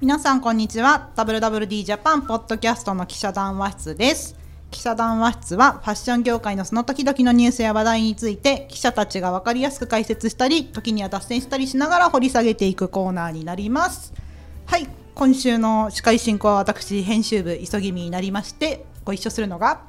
皆さんこんにちは WWD ジャパンポッドキャストの記者談話室です記者談話室はファッション業界のその時々のニュースや話題について記者たちが分かりやすく解説したり時には脱線したりしながら掘り下げていくコーナーになりますはい今週の司会進行は私編集部急ぎみになりましてご一緒するのが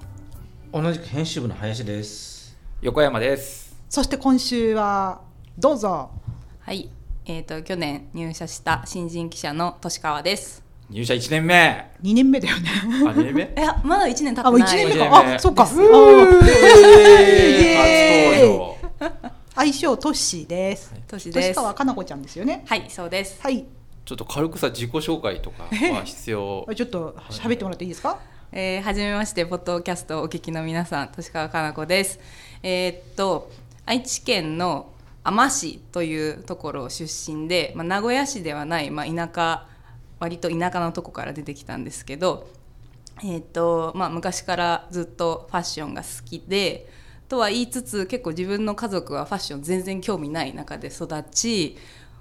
同じく編集部の林です。横山です。そして今週はどうぞはい、えっ、と去年入社した新人記者の年川です。入社1年目。あ、 2年目だ よね2年目いやまだ一年経ってあもうない。 1年目一年か目あそうか初イエーイ登場。愛称トッシーです。年トシです。カははかなこちゃんですよね。い、そうです。はい。。ちょっと軽くさ、自己紹介とかは必要ちょっと喋ってもらっていいですか。えー、はじめましてポッドキャストをお聞きの皆さん、年川かな子です。えーっと愛知県の海士というところ出身で、まあ、名古屋市ではない、まあ、田舎割と田舎のとこから出てきたんですけど、えーっとまあ、昔からずっとファッションが好きでとは言いつつ結構自分の家族はファッション全然興味ない中で育ち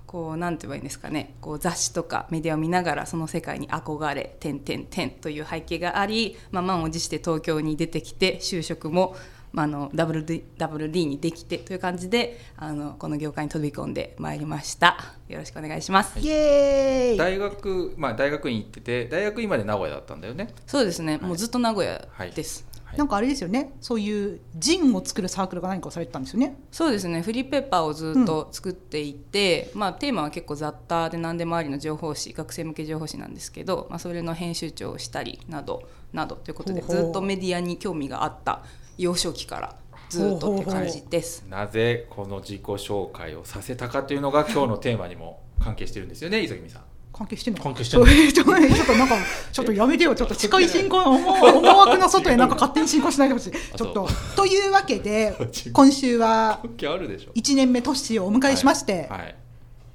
こうなんて言えばいいんですかねこう雑誌とかメディアを見ながらその世界に憧れ「てんてんてん」という背景があり、まあ、満を持して東京に出てきて就職も、まあ、あの WD, WD にできてという感じであのこの業界に飛び込んでまいりましたよろしくお願いします、イエーイ。大学、まあ大学院行ってて、大学院まで名古屋だったんだよね。そうですね、もうずっと名古屋はいです、はいなんかあれですよね。そういうジンを作るサークルが何かをされてたんですよね。そうですねフリーペーパーをずっと作っていて、まあ、テーマは結構雑多で何でもありの情報誌学生向け情報誌なんですけど、まあ、それの編集長をしたりなどなどということでほうほうずっとメディアに興味があった幼少期からずっとって感じです。なぜこの自己紹介をさせたかというのが今日のテーマにも関係してるんですよね、磯君さん。関係してんのか。係してるちょっとなんかちょっとやめてよ。ちょっと近い進行思惑の外へなんか勝手に進行しないでほしい。ちょっとというわけ で今週は関係あるでしょ。 1年目トッシーをお迎えしまして。はい。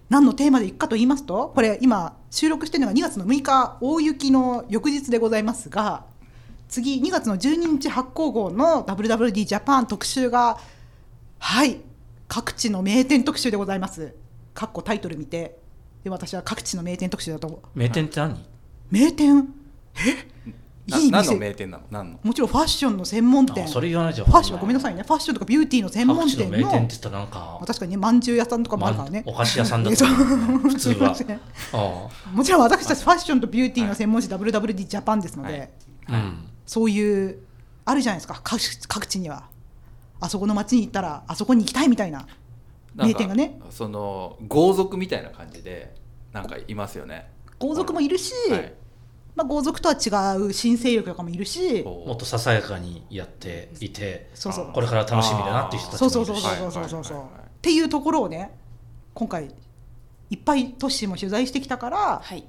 何のテーマでいくかと言いますとこれ今収録してるのが2月の6日大雪の翌日でございますが次2月の12日発行号の WWD ジャパン特集がはい各地の名店特集でございます。かっこタイトル見てで私は各地の名店特集だと名店って何？名店えいいな何の店名店なの何のもちろんファッションの専門店あフそれァ言わないじゃん。ッションごめんなさいねファッションとかビューティーの専門各地店のの名店って言ったらなんかまあ、確かにねまんじゅう屋さんとかもあるからねまあお菓子屋さん だと思うね普通は。あもちろん私たちファッションとビューティーの専門誌 WWD ジャパンですので、はいあ、うん。そういうあるじゃないですか各各地にはあそこの町に行ったらあそこに行きたいみたいななん名か店がねその豪族みたいな感じでなんかいますよね。豪族もいるし、はい。まあ、豪族とは違う新勢力とかもいるしこうもっとささやかにやっていて、そうそうこれから楽しみだなっていう人たちそもういるし。そうそうそうそうそうそうっていうところをね今回いっぱいトッシーも取材してきたからはい、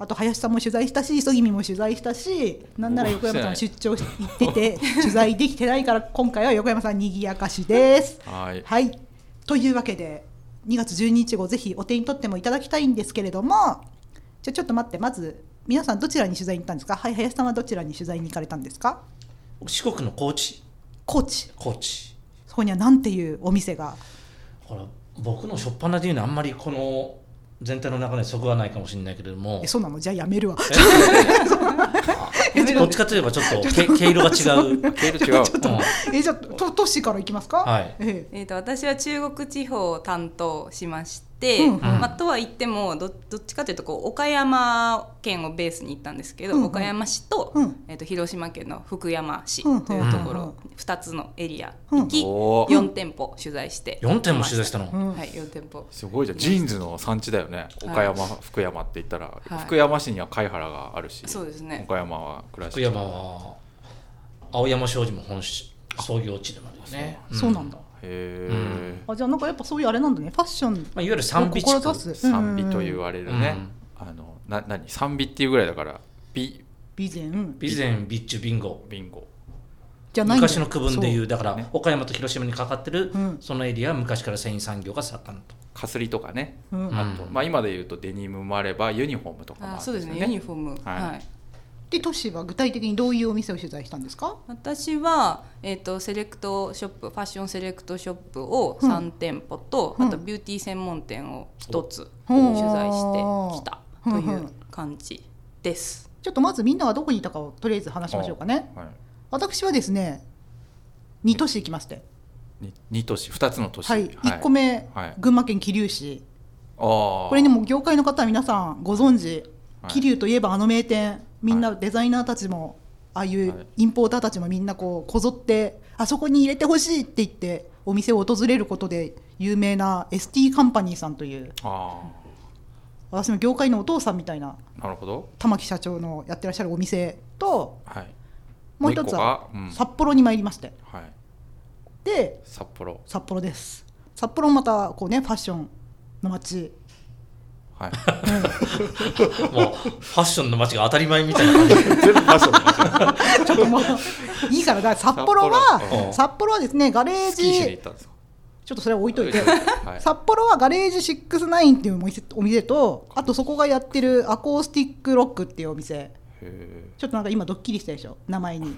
あと林さんも取材したし磯君も取材したしなんなら横山さん出張行ってて取材できてないから今回は横山さんにぎやかしです。はい。 はい、というわけで2月12日号ぜひお手に取ってもいただきたいんですけれどもじゃあちょっと待ってまず皆さんどちらに取材に行ったんですかはい林さんはどちらに取材に行かれたんですか四国の高知、高知高知。そこにはなんていうお店がほら僕の初っ端で言うのはあんまりこの全体の中でそぐわないかもしれないけれどもえ。そうなのじゃあやめるわどっちかといえ ばちょっとけ毛色が違う。系統違う。うん えじゃあと都市から行きますかはいえええー、と私は中国地方を担当しまして、うんうんまあ、とは言ってもどどっちかというとこう岡山県をベースに行ったんですけど、うんうん岡山市と,、うんえー、と広島県の福山市うんうんというとこうんうんろ、二2つのエリアうん行き、おー4店舗取材して4点も取材したの。うんはい、4店舗すごいじゃん。ジーンズの産地だよね。岡山、福山って言ったら、はい福山市には貝原があるし、そうですね岡山は倉敷。福山は青山商事も本市創業地でもあるよね。そうなんだ。だへえ。あじゃあなんかやっぱそういうあれなんだねファッションまあいわゆるを賛美地区。志す賛美と言うんわれるね。あのな何賛美っていうぐらいだから、ビ備前備前備中備後。ビンゴ。じゃないんだ昔の区分でいうだから、ね岡山と広島にかかってる、うんそのエリアは昔から繊維産業が盛んと。かすりとかね。そう、うんうんあとまあ今で言うとデニムもあればユニフォームとかもああるんそうですねユニフォームはいはいで都市は具体的にどういうお店を取材したんですか私は、えー、とセレクトショップファッションセレクトショップをうん3店舗と、うんあとビューティー専門店を1つお取材してきたというんううん感じです。ちょっとまずみんなはどこにいたかをとりあえず話しましょうかね。はい私はですね、2都市行きまして、に二都市二つの都市はい、1個目、はい群馬県桐生市。あーこれね、もう業界の方は皆さんご存知、はい桐生といえばあの名店、みんなデザイナーたちも、ああいはいうインポーターたちもみんなこうこぞって、あそこに入れてほしいって言って、お店を訪れることで有名な ST カンパニーさんという、あ私の業界のお父さんみたいな、ーなるほど玉木社長のやってらっしゃるお店と、はいもう一つはもう一個がうん札幌に参りまして、はいで、札幌札幌です。札幌もまたこうね、ファッションの街。はいもうファッションの街が当たり前みたいな感じ全部場所ちょっと もういいからだから札幌札は幌うん札幌はですねガレースキーしにジ行ったんですかちょっとそれは置いといて、はい札幌はガレージ69っていうお店お店とあとそこがやってるアコースティックロックっていうお店へーちょっとなんか今ドッキリしたでしょ名前に、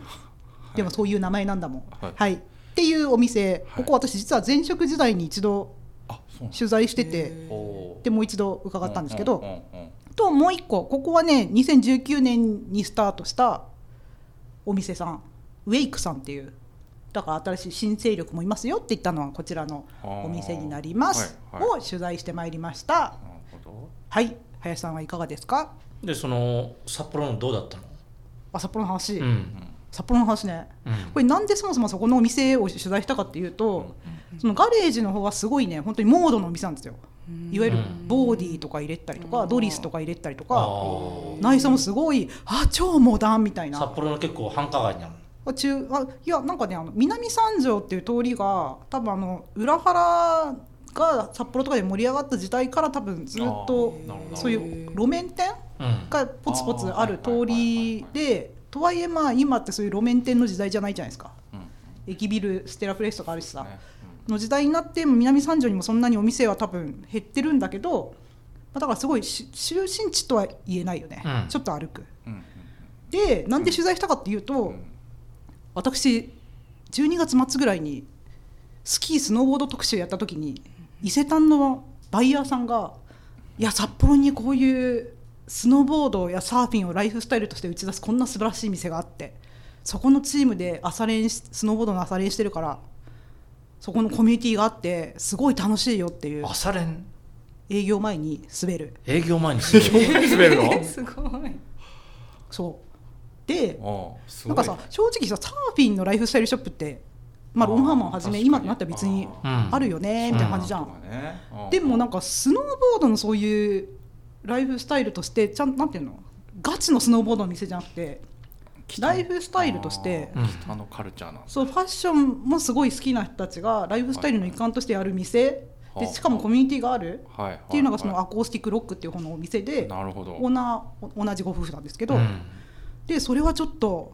でもそういう名前なんだもんはいはい、っていうお店はいここ私実は前職時代に一度あそうなん取材しててへーおでもう一度伺ったんですけど、うんうんうんともう一個ここはね2019年にスタートしたお店さんウェイクさんっていうだから新しい新勢力もいますよって言ったのはこちらのお店になります、あーはいはを取材してまいりましたなるほはい林さんはいかがですかでその札幌のどうだったのあ札幌の話、うどん札幌の話ねうんこれなんでそもそもそこのお店を取材したかっていうと、そのガレージの方はすごいね本当にモードのお店なんですよいわゆるボーディーとか入れたりとか、うんドリスとか入れたりとあか、ー内装もすごいあ超モダンみたい札な幌の結構繁華街にある中あいやなんかねあの南三条っていう通りが多分あの裏原が札幌とかで盛り上がった時代から多分ずっとあーなるほどそういう路面店うんがポツポツある通りでとはいえまあ今ってそういう路面店の時代じゃないじゃないですかうん駅ビルステラプレスとかあるしさ、ねの時代になって南三条にもそんなにお店は多分減ってるんだけど、まあ、だからすごいし中心地とは言えないよね、うんちょっと歩く。うんうんでなんで取材したかっていうと、うんうん私12月末ぐらいにスキースノーボード特集やった時に伊勢丹のバイヤーさんが「いや札幌にこういうスノーボードやサーフィンをライフスタイルとして打ち出すこんな素晴らしい店があってそこのチームで朝練しスノーボードの朝練してるからそこのコミュニティがあってすごい楽しいよっていう朝練営業前に滑る営業前にする滑 るの すごい。そうでああすなごんいかさ正直さサーフィンのライフスタイルショップって、まあ、あーロンハーマンはじめ確かに今となっては別にあーあるよねみたいな感じじゃん、でもなんかスノーボードのそういうライフスタイルとしてちゃんなんていうのガチのスノーボードの店じゃなくてライフスタイルとしてうん北のカルチャーなんですそうファッションもすごい好きな人たちがライフスタイルの一環としてやる店はいでしかもコミュニティがあるはいっていうのがそのはアコースティックロックっていう方のお店いはいでなるほどオーナーお同じご夫婦なんですけど、うんでそれはちょっと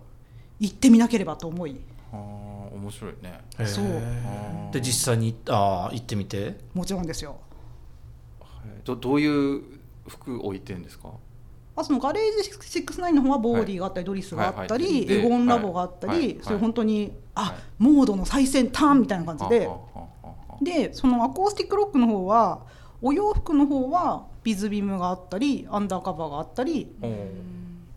行ってみなければと思いああ面白いねへーそうで実際にあー行ってみてもちろんですよはいどどういう服置いてんですかあそのガレージ69の方はボーディーがあったり、ドリスがあったり、はいはいでエゴンラボがあったり、はいはいそういう本当に、はいあモードの最先端みたいな感じで、あああああでそのアコースティックロックの方はお洋服の方はビズビームがあったりアンダーカバーがあったりあお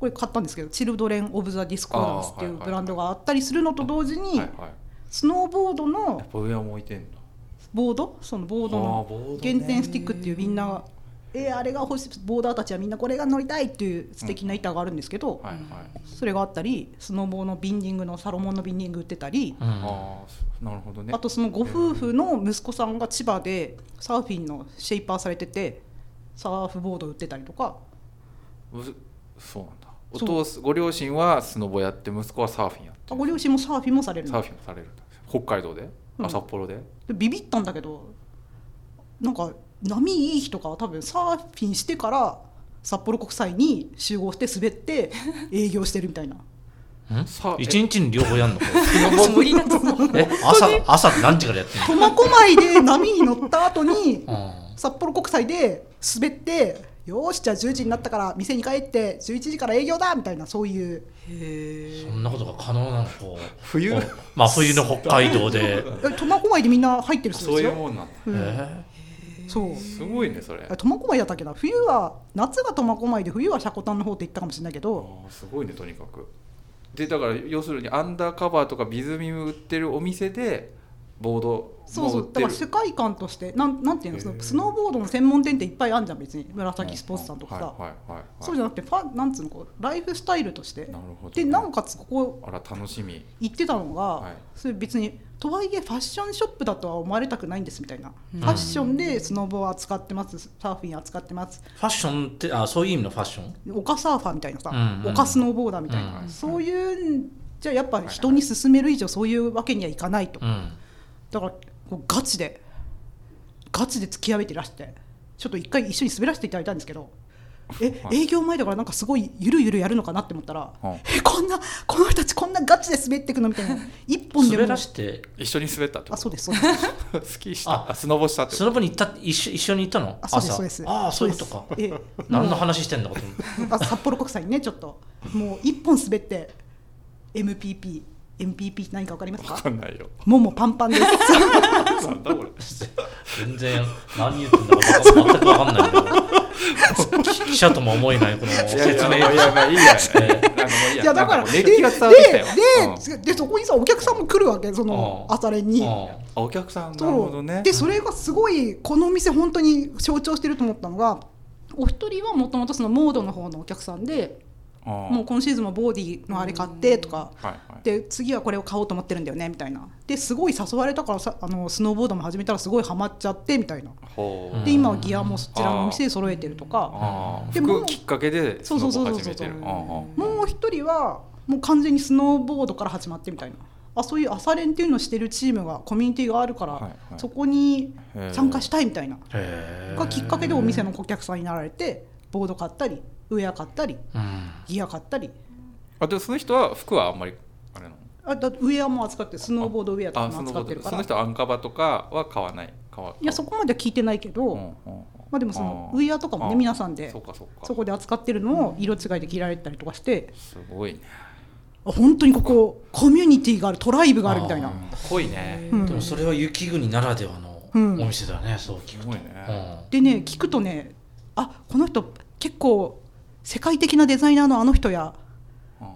これ買ったんですけど「チルドレン・オブ・ザ・ディスコダンス」っていうあーはいはいブランドがあったりするのと同時ーに、はいはいスノーボードのやっぱ上も置いてんだボードそのボードあーボードのね減点スティックっていうみんながえーあれが欲しいボーダーたちはみんなこれが乗りたいっていう素敵な板があるんですけど、はいはいそれがあったりスノボのビンディングのサロモンのビンディング売ってたり、うんああなるほどねあとそのご夫婦の息子さんが千葉でサーフィンのシェイパーされててサーフボード売ってたりとかうずそうなんだおそう父すご両親はスノボやって息子はサーフィンやってあるご両親もサーフィンもされるサーのフィンもされるんだ北海道で、うあん札幌ででビビったんだけどなんか波いい日とかは多分サーフィンしてから札幌国際に集合して滑 って営業してるみたいなんさ一日に両方や んの無理だと 思う。え朝朝何時からやってんの苫小牧で波に乗った後にあ札幌国際で滑ってよーしじゃあ10時になったから店に帰って11時から営業だみたいなそういうーそんなことが可能なのか冬こう真冬の北海道で、 え苫小牧でみんな入ってるそうそうですいようもんなんだえそうすごいねそれあ苫小牧だったっけな冬は夏が苫小牧で冬は車庫端の方って言ったかもしれないけあどーすごいねとにかくでだから要するにアンダーカバーとかビズミム売ってるお店でボードそうそも売うだってかるら世界観としてなんなんていうのそへのースノーボードの専門店っていっぱいあるじゃん別に紫スポーツさんとかさ、はいはいはいはいそうじゃなくてファンなんつうのこうライフスタイルとしてなるほどでなおかつここあら楽しみ行ってたのが、はいそれ別にとはいえファッションショップだとは思われたくないんですみたいな、うんファッションでスノボを扱ってますサーフィン扱ってますファッションってあそういう意味のファッション丘サーファーみたいなさ、うんうん丘スノーボーダーみたいな、うんそういうんじゃやっぱ人に勧める以上そういうわけにはいかないと、うんだからこうガチでガチで突き上げてらしてちょっと一回一緒に滑らせていただいたんですけどえはい営業前だからなんかすごいゆるゆるやるのかなって思ったら、うんえこんなこの人たちこんなガチで滑っていくのみたいな一本で滑もらして一緒に滑ったってこあとそうですそうですスキーしたああスノボしたってこスとノボに行った一緒一緒に行ったのあそうです朝そうですああそういうことかそうですええ何の話してんだかと思ってあ札幌国際にねちょっともう一本滑って MPP MPP って何か分かりますわかかんないよももパンパンですなんだこれ全然何言ってんだか全く分かんないんだけど 記者とも思えないこのい説やいや明いやいやまあいいや えなんもういいいやだからなんもうで熱気が伝わってきたよでででそこにさお客さんも来るわけそのうん朝練に。うんあお客さんなそうるほどねでそれがすごいこのお店本当に象徴してると思ったのがお一人はもともとそのモードの方のお客さんでももう今シーズンもボディのあれ買ってとかはいはいで次はこれを買おうと思ってるんだよねみたいなですごい誘われたからさあのスノーボードも始めたらすごいハマっちゃってみたいなほうんうで今はギアもそちらのお店で揃えてるとかああでも服きっかけでスそうノそうそボうそう始めてるそうああああもう一人はもう完全にスノーボードから始まってみたいなあそういう朝練っていうのをしてるチームがコミュニティがあるから、はいはいそこに参加したいみたいなへがきっかけでお店の顧客さんになられてボード買ったりウェア買ったりうんギア買ったりあでもその人は服はあんまりあれなのあだウェアも扱ってるスノーボードウェアとかも扱ってるかあそのら人はアンカバとかは買わない買わいやそこまでは聞いてないけど、うんうんうんまあでもそのあウェアとかもねあ皆さんでそうかそうかそこで扱ってるのを色違いで着られたりとかしてすごいねあ本当にここコミュニティがあるトライブがあるみたいなあー濃いねうんでもそれは雪国ならではのうんお店だね、そう聞すくごいと、うねんでね聞くとねあこの人結構世界的なデザイナーのあの人やうん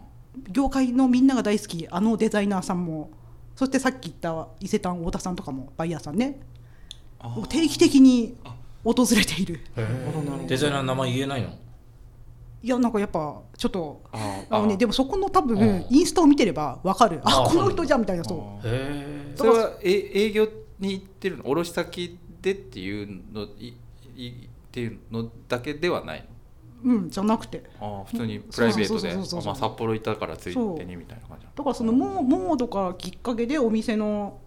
業界のみんなが大好きあのデザイナーさんもそしてさっき言った伊勢丹太田さんとかもバイヤーさんねあー定期的に訪れているデザイナーの名前言えないのいやなんかやっぱちょっとあーあのねあーでもそこの多うん分インスタを見てればわかるああこの人じゃんみたいなそあーへそれはえ営業に行ってるの卸先でっていうのいいっていうのだけではないうんうんじゃなくてのああ普通にプライベートそうでそうそうそうあそうまあ札幌行ったからついてにみたいな感じなのだからそのモーモードからきっかけでお店の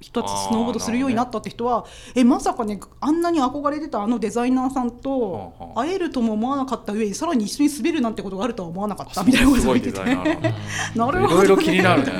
人たちスノーボードするようになったって人は、えまさかねあんなに憧れてたあのデザイナーさんとうんうん会えるとも思わなかった上にさらに一緒に滑るなんてことがあるとは思わなかったみたいなことすがご言いっててデザイナーなんだ なるいほろいどろ気になるね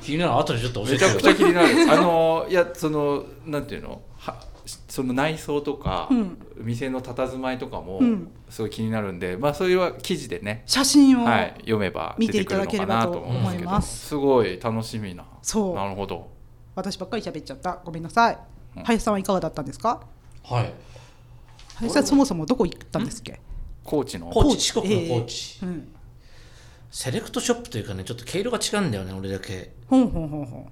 気になる後でちょっと教えてめちゃくちゃよ気にな るあのいやそのなんていうのはその内装とか、うん店の佇まいとかもうんすごい気になるんで、まあそれは記事でね、写真を、はい、読めば見出てていくたるだのけかればなとと思うんで思すいけまどすすごい楽しみなそうなるほど私ばっかり喋っちゃったごめんなさい、うん林さんはいかがだったんですかはい林さんそもそもどこ行ったんですっけ、高知の高知四国のええ高知、うん、セレクトショップというかねちょっと毛色が違うんだよね俺だけほんほんほんほん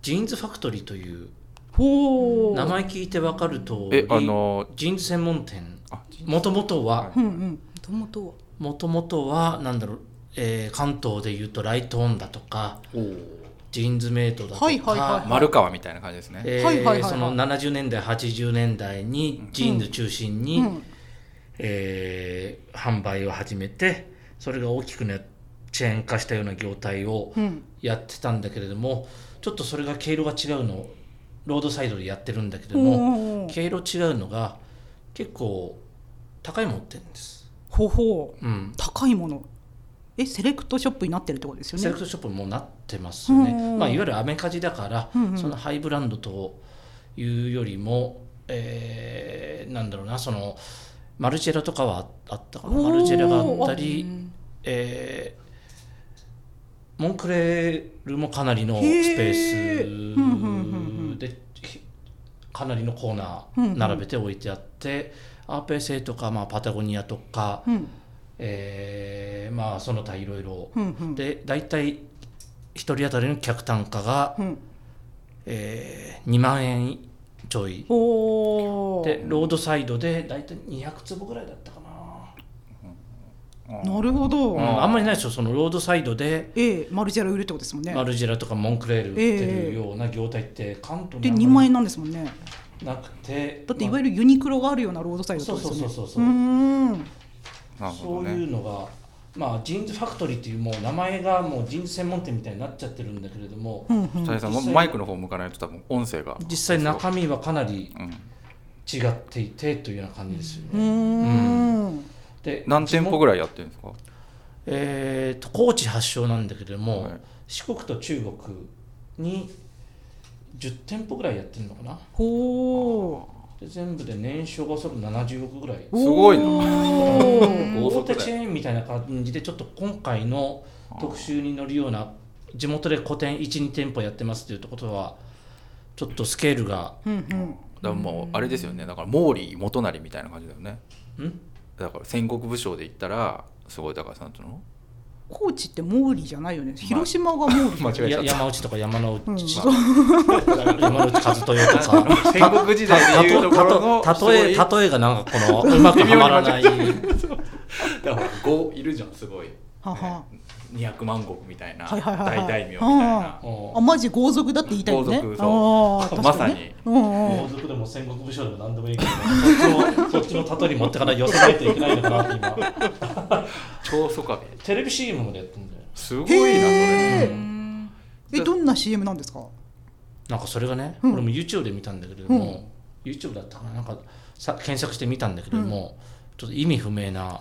ジーンズファクトリーというほう名前聞いてわかるとえあのジーンズ専門店あもともとはうんうんともとはもともとはなんだろう、えー関東でいうとライトオンだとかおジーンズメイトだとか、はいはいはい丸川みたいな感じですね、えーはいはいはいはいその70年代80年代にジーンズ中心に、うんえー販売を始めてそれが大きくねチェーン化したような業態をうんやってたんだけれどもちょっとそれが毛色が違うのをロードサイドでやってるんだけどもほう毛色違うのが結構高いもの売ってるんです、ほうほううん、高いものえセレクトショップになってるってことですよねセレクトショップもなってますね、うんまあ、いわゆるアメカジだから、うんうんそのハイブランドというよりも、えーなんだろうなそのマルジェラとかはああったかなおーマルジェラがあったうり、んえーモンクレールもかなりのへスーペースで、うんうんうんうんひかなりのコーナうんうーん並べて置いてあって、アーペー製とか、まあ、パタゴニアとか、うんえーまあその他いろいろうんうんで大体1人当たりの客単価が、うんえー2万円ちょいおおでロードサイドで大体200坪ぐらいだったかな、なるほど、うんあんまりないですよそのロードサイドでええマルジェラ売るってことですもんねマルジェラとかモンクレール売ってええるような業態って関東でに2あんま万り円なんですもんねなくてだっていわゆゆるユニクロがあるようなロードサイドってそこうとそでうすよそねうそううーんなるそほどうねいうのが、まあ、ジーンズファクトリーっていうもう名前がもうジーンズ専門店みたいになっちゃってるんだけれども、うんうん佐々木さん実も際マイクの方向かないと多分音声が実際中身はかなりうん違っていてというような感じですようね。ーんで何店舗らいぐらいやってるんですかえー、と高知発祥なんだけれども、はい四国と中国に10店舗ぐらいやってるのかなほで全部で年商がおそらく70億ぐらいーすごいなおー高大速手だチェーンみたいな感じでちょっと今回の特集に乗るような地元で個展12店舗やってますというとことはちょっとスケールがうんうんだからもうあれですよねだから毛利元就みたいな感じだよねんだから戦国武将で言ったらすごいだからなんていうの高知って毛利じゃないよね広島が毛利、間違えやちゃっ山内とか山のうん内そう 山内和豊と か。た戦国時代でいうところのたとえすごい例えがなんかこのうまくはまらないだから5いるじゃんすごいはは200万石みた いなはいはいはい大はい大名みたいなあマジ豪族だって言いたいよね豪族そうあーま確さかににねうんうん王族でも戦国武将でも何でもいいけど そっちのそっちの例えに持ってかない寄せないといけないのかなって今長宗我部テレビ CM までやってんだよすごいなそれへうーんえどんな CM なんですかなんかそれがね、うん俺も YouTube で見たんだけれども、YouTube だったかななんかさ検索して見たんだけれども、ちょっと意味不明 な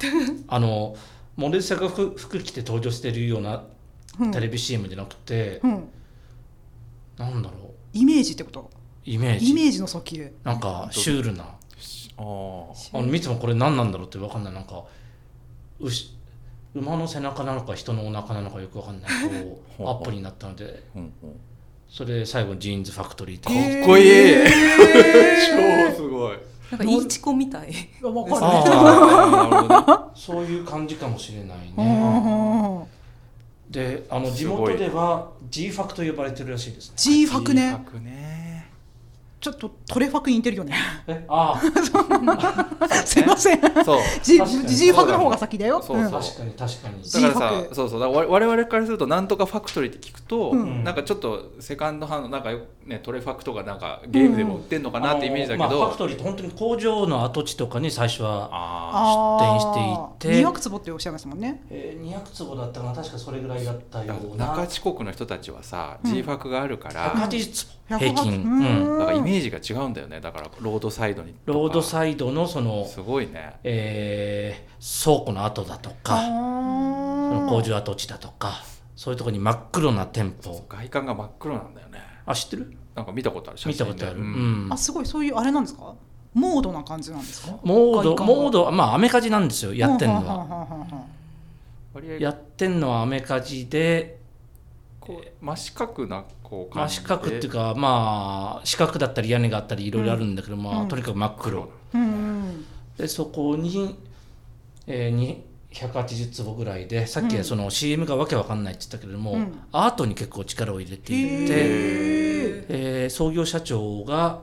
あのモデルさんが服服着て登場してるようなうんテレビ CM じゃなくて、うんなんだろうイメージってことイメージイメージの訴求なんかシュールなあーあの見てもこれ何なんだろうって分かんないなんか牛馬の背中なのか人のお腹なのかよく分かんないこ ほううほアッうプになったのでうんうんそれで最後ジーンズファクトリーってかっこいいえ超すごいなんかインチコみたい。ー、わかるあなるほどねあそういう感じかもしれないうんうね。んうんであの地すごい元では G ファクと呼ばれてるらしいですね G ファクね G ファクねちょっとトレファクに似てるよね えああすいませんそう G, 確かに G ファクの方が先だよそうだねそう確かに確かにそだから自さそうそうだから我我々からするとなんとかファクトリーって聞くと、うんなんかちょっとセカンドハンドなんかよねトレファクとかなんかゲームでも売ってんのかなってイメージだけあのまあ、ファク、どトリーって本当に工場の跡地とかに最初は、ああ出店してい200て坪っておっしゃいましたもんねえー、200坪だったかな確かそれぐらいだったよーうな中四国の人たちはさ、うん G ファクがあるから、 180坪108平均、ううんんだからイメージが違うんだよねだからロードサイドにとかロードサイドのその、すごいねえー倉庫の跡だとかそのあ工ー場跡地だとかそういうところに真っ黒な店舗外観が真っ黒なんだよねあ知ってるなんか見たことある写見真たでことある、ううんんあすごいそういうあれなんですかモードな感じなんですかモー外ド観がモードはまあアメカジなんですよやってんのははははは割合やってんのはアメカジで、こう真四角なこうまあ、感じ四で角っていうかまあ四角だったり屋根があったりいろいろあるんだけど、まうあんとにかく真っ黒、うんでそこに,、えーに180坪ぐらいでさっきうんその CM がわけわかんないって言ったけれども、うんアートに結構力を入れてうんいて、へーえー創業社長が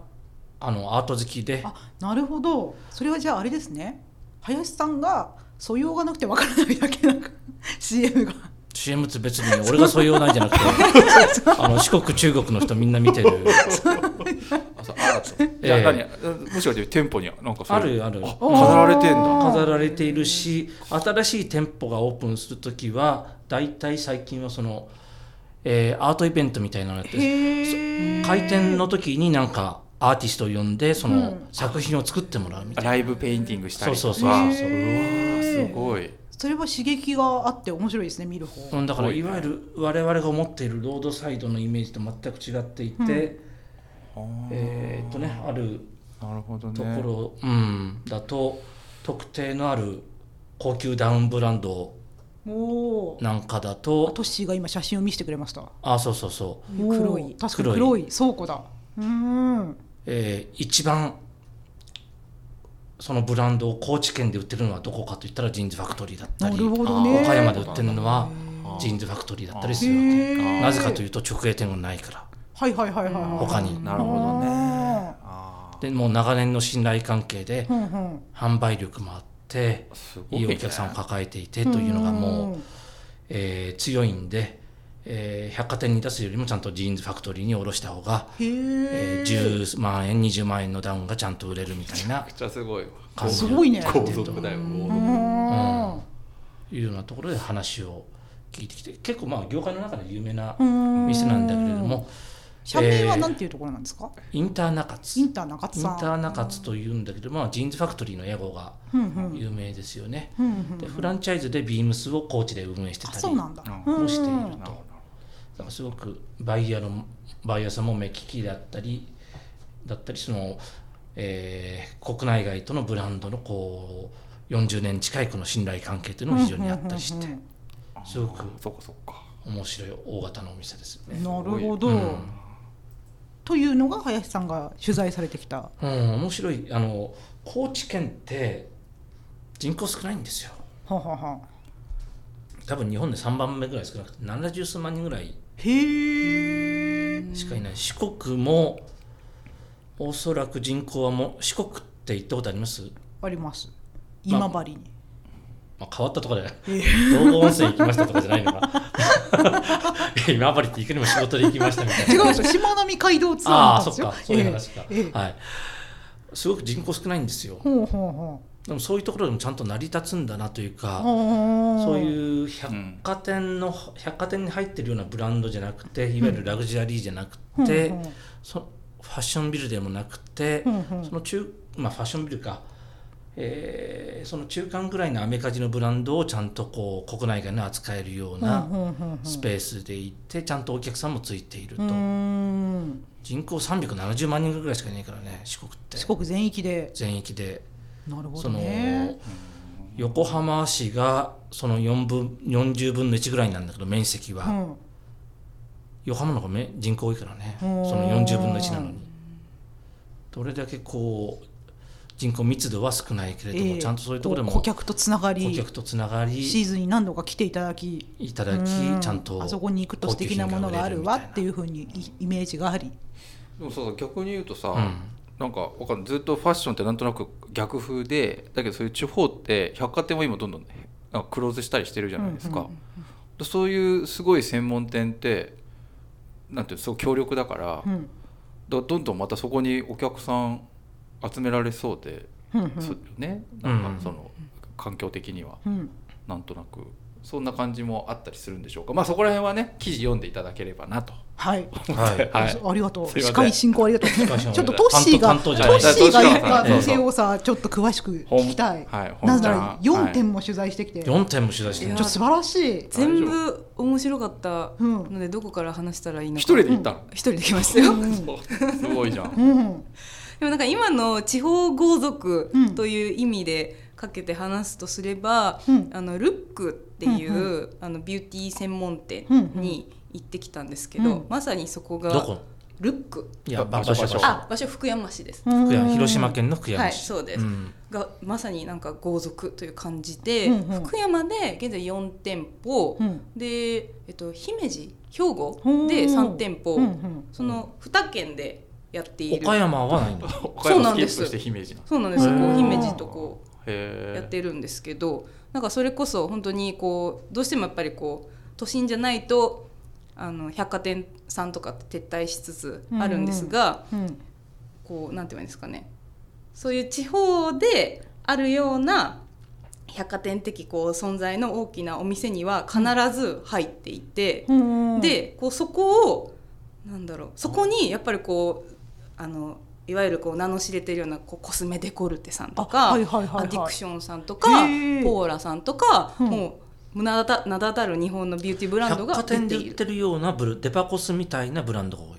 あのアート好きであなるほどそれはじゃああれですね林さんが素養がなくてわからないだけなんか CM が CM って別に俺がそう言わないんじゃなくて あの四国中国の人みんな見てるあそうあ ええいや何もしかして店舗になんかそうあいうるあるあ飾られてんだ飾られているし新しい店舗がオープンする時は大体最近はその、えーアートイベントみたいなのやってるへえ開店の時になんかアーティストを呼んでそうのん作品を作ってもらうみたいな、ライブペインティングしたりとかそうそうそうそううわすごいそれは刺激があって面白いですね見る方うんだからすごいいねわゆる我々が思っているロードサイドのイメージと全く違っていて、えーっとねあるなるほどねところ、うん、だと特定のある高級ダウンブランドおおなんかだとトッシーが今写真を見せてくれましたあそうそうそう黒い確かに黒い倉庫だうーんえー一番そのブランドを高知県で売ってるのはどこかといったらジーンズファクトリーだったなりるほどあね岡山で売ってるのはあージーンズファクトリーだったりするわけへなぜかといううと直営店がないからはいはいはいはいはい他になるほどねああでもう長年の信頼関係でーうんうん販売力もあってーすごいいいねお客さんを抱えていてというのがもう、えー強いんで、えー百貨店に出すよりもちゃんとジーンズファクトリーに卸した方が、へええー10万円20万円のダウンがちゃんと売れるみたいなめっちゃすごいわ感じすでごいね後続だよもううんいうようなところで話を聞いてきて結構まあ業界の中で有名なうん店なんだけれども社名はなんていうところなんですか、インターナカツイインンター中津タさんーナカツというんだけど、まあ、ジーンズファクトリーの屋号がうんうん有名ですよね、うんうんでフランチャイズでビームスを高知で運営してあたりそうなんだうんうんもしているうんとだからすごくバイヤーのバイヤーさんも目利きだったりだったりその、えー国内外とのブランドのこう40年近いこの信頼関係というのも非常にあったりしてうんすごくそっかそっか面白い大型のお店ですようんうねん。なるほど、うんというのが林さんが取材されてきたうん、面白いあの高知県って人口少ないんですよははは多分日本で3番目ぐらい少なくて70数万人ぐらいへえしかいない四国もおそらく人口はもう四国って行ったことあります、あります今治に、まあ、変わったとかじゃない道後温泉行きましたとかじゃない のか今治って行くにも仕事で行きましたみたいな違うんですよしまなみ海道ツあアあーそだっったんですかそよういう話か、ええええはいすごく人口少ないんですよほうほうほでもそういうところでもちゃんと成り立つんだなといううかほそうういう百貨店の、百貨店に入ってるようなブランドじゃなくていわゆるラグジュアリーじゃなくほうて、ほうそファッションビルでもなくて、うんうんその中、まあ、ファッションビルか、えーその中間ぐらいのアメカジのブランドをちゃんとこう国内外に扱えるようなほうほうほうスペースでいてちゃんとお客さんもついていると、うーん人口370万人ぐらいしかいないからね四国って四国全域で全域で。なるほそどのね横浜市がその4分40分の1ぐらいなんだけど面積は、うん横浜の方がめ人口多いからねそうんの40分の1なのにどれだけこう人口密度は少ないけれども、ええちゃんとそういうところでもこ顧客とつながり顧客とつながシーりズンに何度か来ていただきいただきうんちゃんとあそこに行くと素敵なものがあるわっていうふうにイイメージがありでもそう逆に言うとさ、うんなんかわかんないずっとファッションってなんとなく逆風でだけどそういう地方って百貨店も今どんどんねなんかクローズしたりしてるじゃないですか、うんうんでそういうすごい専門店ってなんていうのそう強力だから,、うんどどんどんまたそこにお客さん集められそうで、うんうんそうねなんうんかその環境的にはうんなんとなくそんな感じもあったりするんでしょうかまあそこら辺はね記事読んでいただければなと。はいはいはいあありがとうすいませ司ん会進行ありがとう会進行ちょっとトッシーが担ト当ッ担当じゃないシーが行トッシーっさんた店をさちょっと詳しく聞きたい本はいなぜなら本当だ4点も取材してきてちょっ4点も取材してるいやと素晴らしい全部面白かったうんのでどこから話したらいいのか一人で行ったの、一人で来ましたよ、でそう すごいじゃんうんもなんか今の地方豪族うんという意味でかけて話すとすれば、うんあのルックっていう、うあのビューティー専門店に行ってきたんですけうど、んうんまさにそこがどこルックいや場所場所場所場所あ場所福山市です、福山広島県の福は山い市、そうです、んがまさになんか豪族という感じで、うんうん福山で現在4店舗、うんで、えっと、姫路兵庫ほうで3店舗、うんうんその2県でやっている岡山はないんだ岡山そうなスんキでッすプして姫路なんそうなんですよへーこう姫路とこうやっへえてるんですけどなんかそれこそ本当にこうどうしてもやっぱりこう都心じゃないとあの百貨店さんとかって撤退しつつあるんですが、うんこうなんて言うんですかねそういう地方であるような百貨店的こう存在の大きなお店には必ず入っていて、うんでこうそこをなんだろうそこにやっぱりこうあのいわゆるこう名の知れてるようなこうコスメデコルテさんとかあはいはいはいはいアディクションさんとかへーポーラさんとか、うんもう名だた名だたる日本のビューティーブランド百が貨出店てで売いっるてるようなブルデパコスみたいなブランドが多い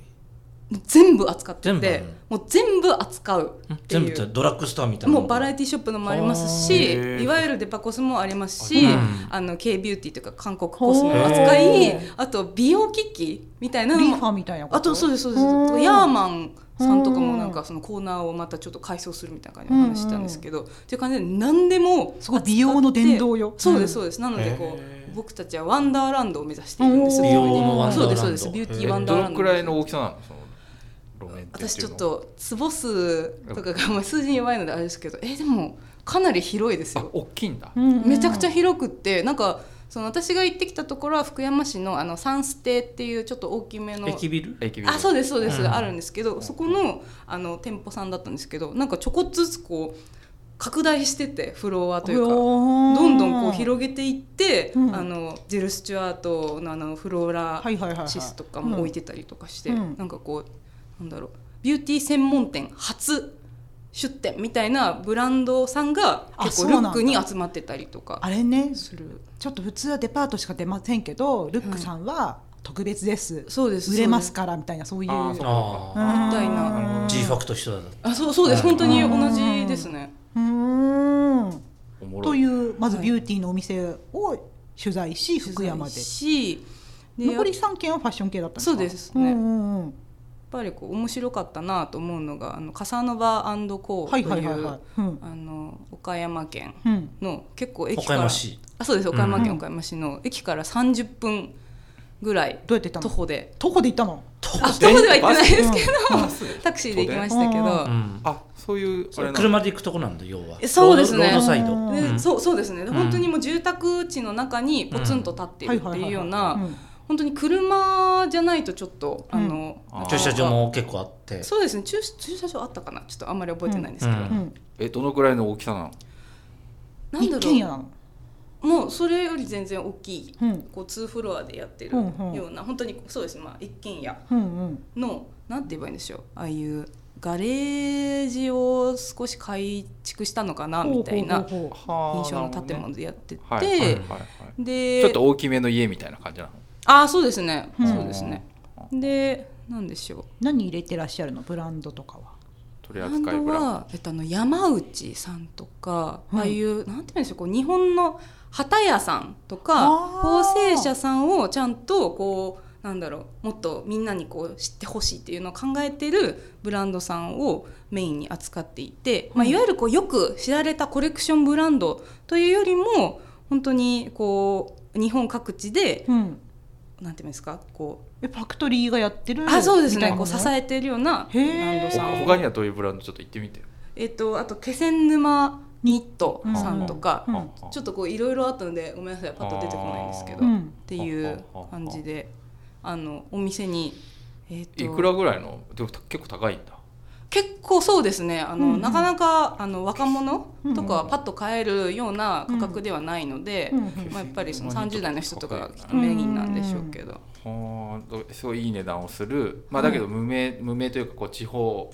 全部扱って全部あてるもう全部扱うって全い部ってう。ドラッグストアみたいなもうバラエティショップのもありますあーしへーいわゆるデパコスもありますし、うんあの K ビューティーとか韓国コスメの扱へいーあと美容機器みたいなのリーもファみたいなことあとそうですそうですうんとかヤーマンさんとかうもんなんかそのコーナーをまたちょっと改装するみたいな感じでお話ししたんですけど、っていう感じで何でもすごい美容の殿堂よそうですうそうですなのでこへう僕たちはワンダーランドを目指しているんですよ美容のワンダーランドそうですそうですビューティーワンダーどラのンドくらいの大きさなのその路面店っていうの私ちょっと壺数とかがまあ数字に弱いのであれですけどえーでもかなり広いですあよ大きいんだ、んうんめちゃくちゃ広くってなんかその私が行ってきたところは福山市のあのサンステっていうちょっと大きめの駅ビル駅ビルあそうですそうです、うんあるんですけどそこのあの店舗さんだったんですけどなんかちょこっとずつこう拡大しててフロアというかどどんどんこう広げていって、うんあのジェル・スチュワートのあのフローラはいはいはいはいシスとかも置いてたりとかして、うんなんかこうなんだろうビューティー専門店初出店みたいなブランドさんがあ結そう構なルんだックに集まってたりとかあれねするちょっと普通はデパートしか出ませんけどルックさんは特別です、そうです売れますからみたいなそういうあーそうあうんあみたいなうん G ファクト一緒だなあそうそうです本当に同じですね。うーんおもろというまずはいビューティーのお店を取材し福山でしで残り3軒はファッション系だったんですかそうですねんうんうんやっぱりこう面白かったなと思うのがあのカサノバコはーいとはいいはいはういうんあの岡山県うんの結構駅岡から山市あそうです岡山う県ん岡山市の駅から30分ぐらいどうやって行った徒の歩で徒歩で行ったのあ徒歩では行ってないですけバスどタクシーで行きましたけうんどうんあそういうあれなの車で行くとこなんだ要はえそうですねロードロードサイドうんでうんそうそうですねでうん本当にもう住宅地の中にポツンと立っているっていうような本当に車じゃないとちょっとあのうん駐車場も結構あってそうですね駐駐車場あったかなちょっとあんまり覚えてないんですけどうんうんえどのくらいの大きさなのなんだ一ろう軒家なのもうそれより全然大きいうんこう2フロアでやってるうんよううんな、本当にそうですね、まあ、一軒家うんうんのなんて言えばいいんでしょうああいうガレージを少し改築したのかなみたいなほうほうほうほ印印象の建物でやってて、はいはいはいはいでちょっと大きめの家みたいな感じなのああそうですね、うんそうですねでなんでしょうう何入れてらっしゃるのブランドとかは取りラン扱いドブランは、えっと、あの山内さんとか、うんああいうなんて言うんでしょうこう日本の旗屋さんとあかー縫製者さんをちゃんとこうなんだろうもっとみんなにこう知ってほしいっていうのを考えてるブランドさんをメインに扱っていて、まあ、うんいわゆるこうよく知られたコレクションブランドというよりも本当にこう日本各地で、うんなんて言うんですかこうえファクトリーがやってるあそうですみたいねなこもうの支えてるようなブランドへーさんをド他にはどういうブランドちょっと行ってみてよえっと、あと気仙沼ニットさんとか、うんああちょっとこういろいろあったのでごめんなさいパッと出てこないんですけど、うっんていう感じであのお店に、えっといくらぐらいのでも結構高いんだ結構そうですねあの、うんうんなかなかあの若者とかうはんパッと買えるような価格ではないので、うんまあ、やっぱりその30代の人とかがきっとうんメインなんでしょうけど、はあすごいいい値段をするまあだけど無名無名というかこう地方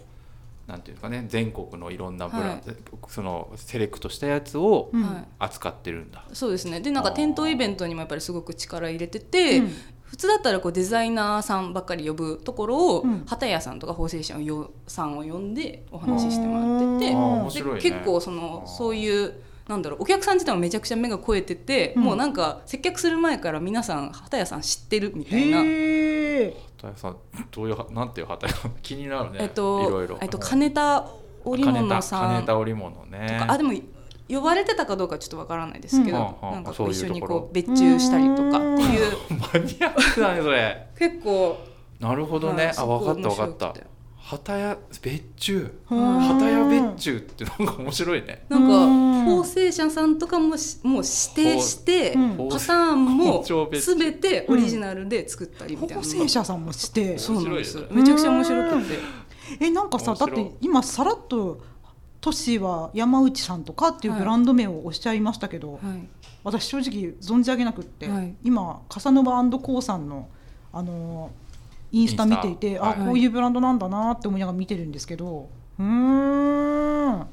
なんていうんですかね全国のいろんなブランドそのセレクトしたやつをうんはい、扱ってるんだそうですねでなんか店頭イベントにもやっぱりすごく力入れてて、うん普通だったらこうデザイナーさんばっかり呼ぶところを、うん畑屋さんとか縫製者をよさんを呼んでお話ししてもらってうてんあああー面白いねで結構そあのーそういうなんだろうお客さん自体もめちゃくちゃ目が肥えてて、うんもうなんか接客する前から皆さん畑屋さん知ってるみたいな。へえ畑さんどういうなんていう畑気になるねえっいろいろと、えっと、金田織物さ金ん田織物ねあでも呼ばれてたかどうかちょっとわからないですけど、うんなんかそこうういうと一ころ緒にこう別注したりとかっていうマニアックだねそれ結構なるほどはねいすあご分いかった分面白かくってた旗屋別注うん旗屋別注ってなんか面白いねなんかうん縫製者さんとかもしもう指定してうんパターンも包丁別全てオリジナルで作ったりみたいな保護者さんもしてそうなんです面白いよめちゃくちゃ面白くてえなんかさ面だっ白いて今さらっと都市は山内さんとかっていうブランド名をおっしゃいましたけど、はい私正直存じ上げなくって、はい今カサノバコーさんのあのーインスタ見ていインてスあ、タはいこういうブランドなんだなって思いながら見てるんですけどうーん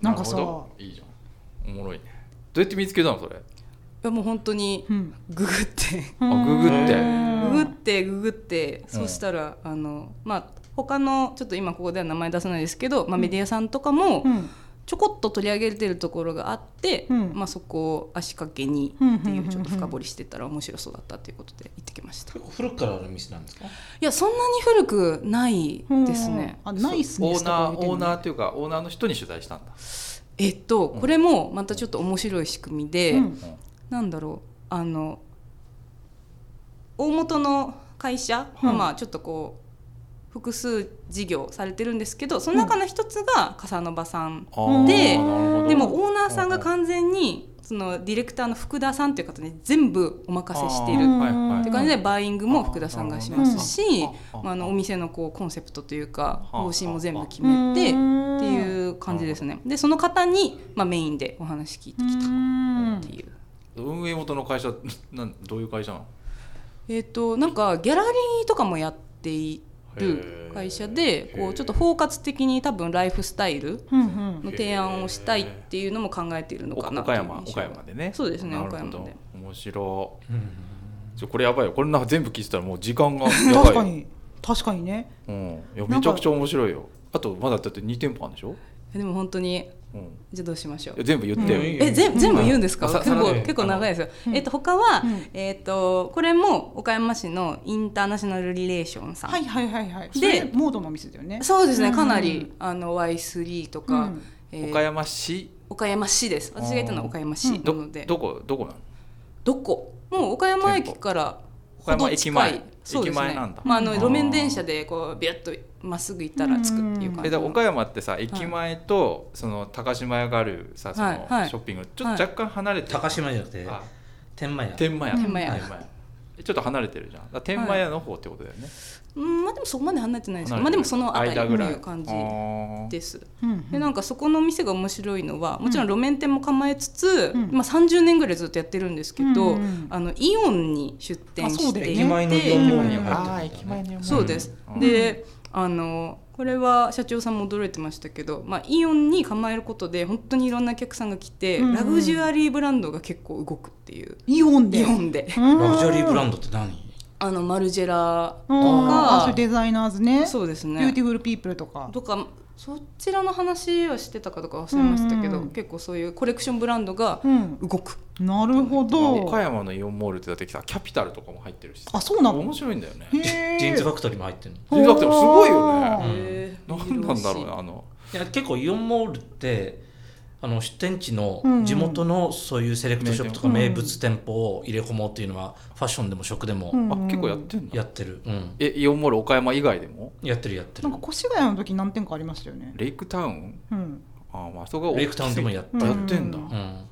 なんかさるほどいいじゃんおもろいねどうやって見つけたのそれいやもう本当にうんググってうんググってうんググってググって、そしたらあのまあ他のちょっと今ここでは名前出さないですけど、まあ、メディアさんとかもうんちょこっと取り上げてるところがあって、うんまあ、そこを足掛けにうんっていうんうちょっと深掘りしてたら面白そうだったということで行ってきましたい結構古くからある店なんですかやそんなに古くないですね、うんあないっすねオーナーオーナーーというかオーナーの人に取材したんだえっとこれもまたちょっと面白い仕組みで、うんなんだろうあの大元の会社、はいまあちょっとこう複数事業されてるんですけどその中の一つが笠野場さん、あーでなるほどでもオーナーさんが完全にそのディレクターの福田さんという方に全部お任せしているあーはいはいっってて感感じじでバーイングも福田さんがしますしうんまああのお店のこうコンセプトというかうん方針も全部決めてうんっていう感じですねでその方に、まあ、メインでお話聞いてきたっていう。運営元の会社 なんどういう会社なのえっとなんかギャラリーとかもやっていへるー会社でこへーうちょっと包括的に多分ライフスタイルうんうんの提案をしたいっていうのも考えているのおかな岡山っていう印象岡山でねそうですねなるほ岡ど山で面白うんいちょこれやばいよこれなんか全部聞いてたらもう時間がやばいよ確かに確かにねうん、いやめちゃくちゃ面白いよあとまだだって2店舗あるんでしょ、でも本当にうん、いじゃあどうしましょうや全部言ってよ、うんいいよえぜん全部言うんですか、うん結ささ構らに結構長いですよ、うんえっと他は、うんえっとこれも岡山市のインターナショナルリレーションさん、はいはいはいはいでそれモードの店だよねそうですねうんかなり、あの Y3 とか、うんえー岡山市岡山市です私が言ったのは岡山市うんなどので、どこどこなのどこもう岡山駅から岡山駅前ほど近いそうですね駅前なんだまあ、あのうん路面電車でこうビュッとまっすぐ行ったら着くっていうう感んえだかじのら岡山ってさ駅前とその高島屋があるさそのはいはいショッピングちょっと若干離れてる、高島屋じゃなくてあ天満屋天満屋天満屋満屋ちょっと離れてるじゃんだから天満屋の方ってことだよね、うんまあでもそこまで離れてないですけ離れてるどまあでもその辺り間ぐってらいいう感じあーですうんうんでなんかそこの店が面白いのはもちろんうん路面店も構えつつ、うんまあ、30年ぐらいずっとやってるんですけうんど、うんあのイオンに出店あそうしだよねてい駅て前の四号に入ってるんだねあー駅前の四号そうです、うんであのこれは社長さんも驚いてましたけど、まあ、イオンに構えることで本当にいろんなお客さんが来て、うんうんラグジュアリーブランドが結構動くっていうイオンでイオンでラグジュアリーブランンドって何あのマルジェラとあそうかいうデザイナーズねそうですビューねティフルピープルとかとかそちらの話はしてたかとか忘れましたけど、うんうん結構そういうコレクションブランドがうん動く、なるほど岡山のイオンモールってだってさキャピタルとかも入ってるしあそうなの面白いんだよねへージーンズファクトリーも入ってるの人だってすごいよねへー何なんだろう面白いしなあのいや結構イオンモールってあの出店地のうん地元のそういうセレクトショップとかうん名物店舗を入れ込もうっていうのはファッションでも食でもうんあ結構やってんだやってる、うん、えイオンモール岡山以外でもやってるやってなるんか越谷の時何点かありましたよねレイクタウンうんあまあそこがレイクタウンでもやってるやってんだ、うんうへん、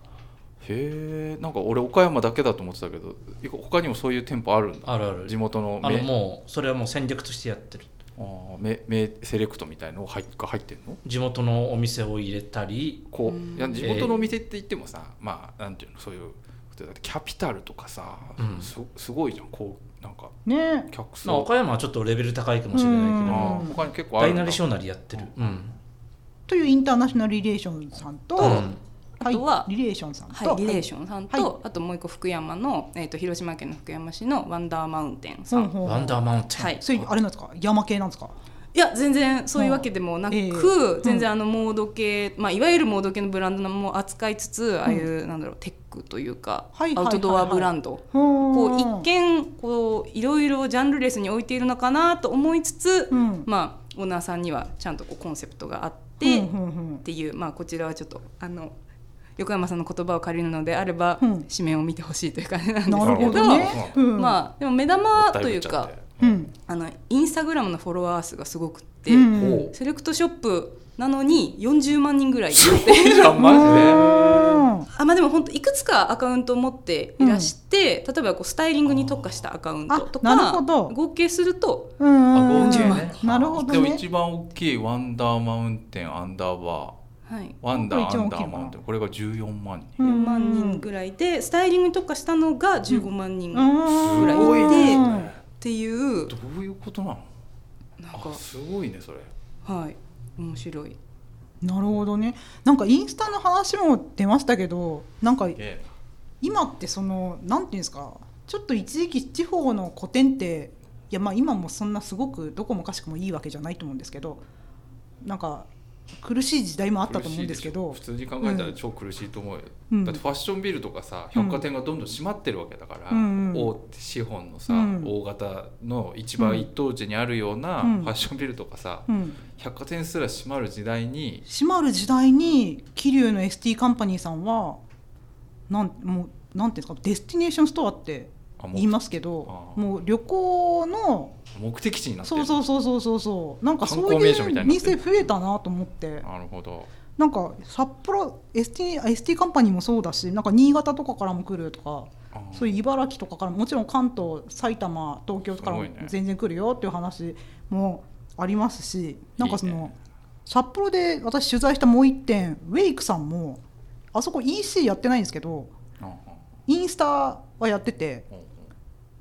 えんか俺岡山だけだと思ってたけど他にもそういう店舗あるんだあるある地元のあの名もうそれはもう戦略としてやってるあー名名セレクトみたいのが入が入ってんの地元のお店を入れたりこうんういや地元のお店って言ってもさ、まあなんていうのそういうことだってキャピタルとかさ、うんすすごいじゃんこうなんかね客層まあ岡山はちょっとレベル高いかもしれないけれどあもー他に結構ある大んだなり小なりやってる、うんというインターナショナルリレーションさんと、、うんあとはいリレーションさんと、はい、リレーションさんと、はいあともう一個福山の、えー、と広島県の福山市のワンダーマウンテンさほん、うほうワンダーマウンテン、はいそれあれなんですか山系なんですかいや全然そういうわけでもなく、ええうん全然あのモード系、まあ、いわゆるモード系のブランドも扱いつつああいうなんだろうテックというか、はいはいはいはいアウトドアブランドここう一見こういろいろジャンルレスに置いているのかなと思いつつ、うんまあ、オーナーさんにはちゃんとこうコンセプトがあって、で、うんっうんうんていう、まあ、こちらはちょっとあの横山さんの言葉を借りるのであれば、うん紙面を見てほしいという感じなんですけどなるほどね、うんまあ、でも目玉というかうんあのインスタグラムのフォロワー数がすごくって、うんおうセレクトショップなのに40万人ぐらいいするごいじゃん マジうんあまあでも本当いくつかアカウントを持っていらして、例えばこうスタイリングに特化したアカウントとあなるほかど合計するとうんうんあ40万なるほでどでもね一番大きいワンダーマウンテンアンダーバはいーワンダーこれ一番ア大ンきいダのかーなマウンテンこれが14万人う4ん万人ぐらいでスタイリングに特化したのが15万人っうんぐらいすごいでねていうどういうことなのなんあかすごいねそれはい面白いなるほどねなんかインスタの話も出ましたけどなんかえ今ってそのなんていうんですかちょっと一時期地方の古典っていやまあ今もそんなすごくどこもかしくもいいわけじゃないと思うんですけどなんか苦しい時代もあったと思うんですけど苦しいでしょ普通に考えたら超苦しいと思うよ、うんだってファッションビルとかさ百貨店がどんどん閉まってるわけだから、うんうん大手資本のさ、うん大型の一番一等地にあるようなうフんァッションビルとかさ、うん、百貨店すら閉まる時代に閉まる時代に桐生の ST カンパニーさんはなんもうなんていうんですかデスティネーションストアってあもう言いますけどあもう旅行の目的地になってそるうそうそうそうそうそうなんかそう観光名所いみたういになって店る増えたなと思ってなるほどなんか札幌 ST, ST カンパニーもそうだしなんか新潟とかからも来るとかあーそういう茨城とかからももちろん関東埼玉東京からもすごいね全然来るよっていう話もありますしなんかそのいいね札幌で私取材したもう一点ウェイクさんもあそこ EC やってないんですけどうんうんインスタはやっててうんうん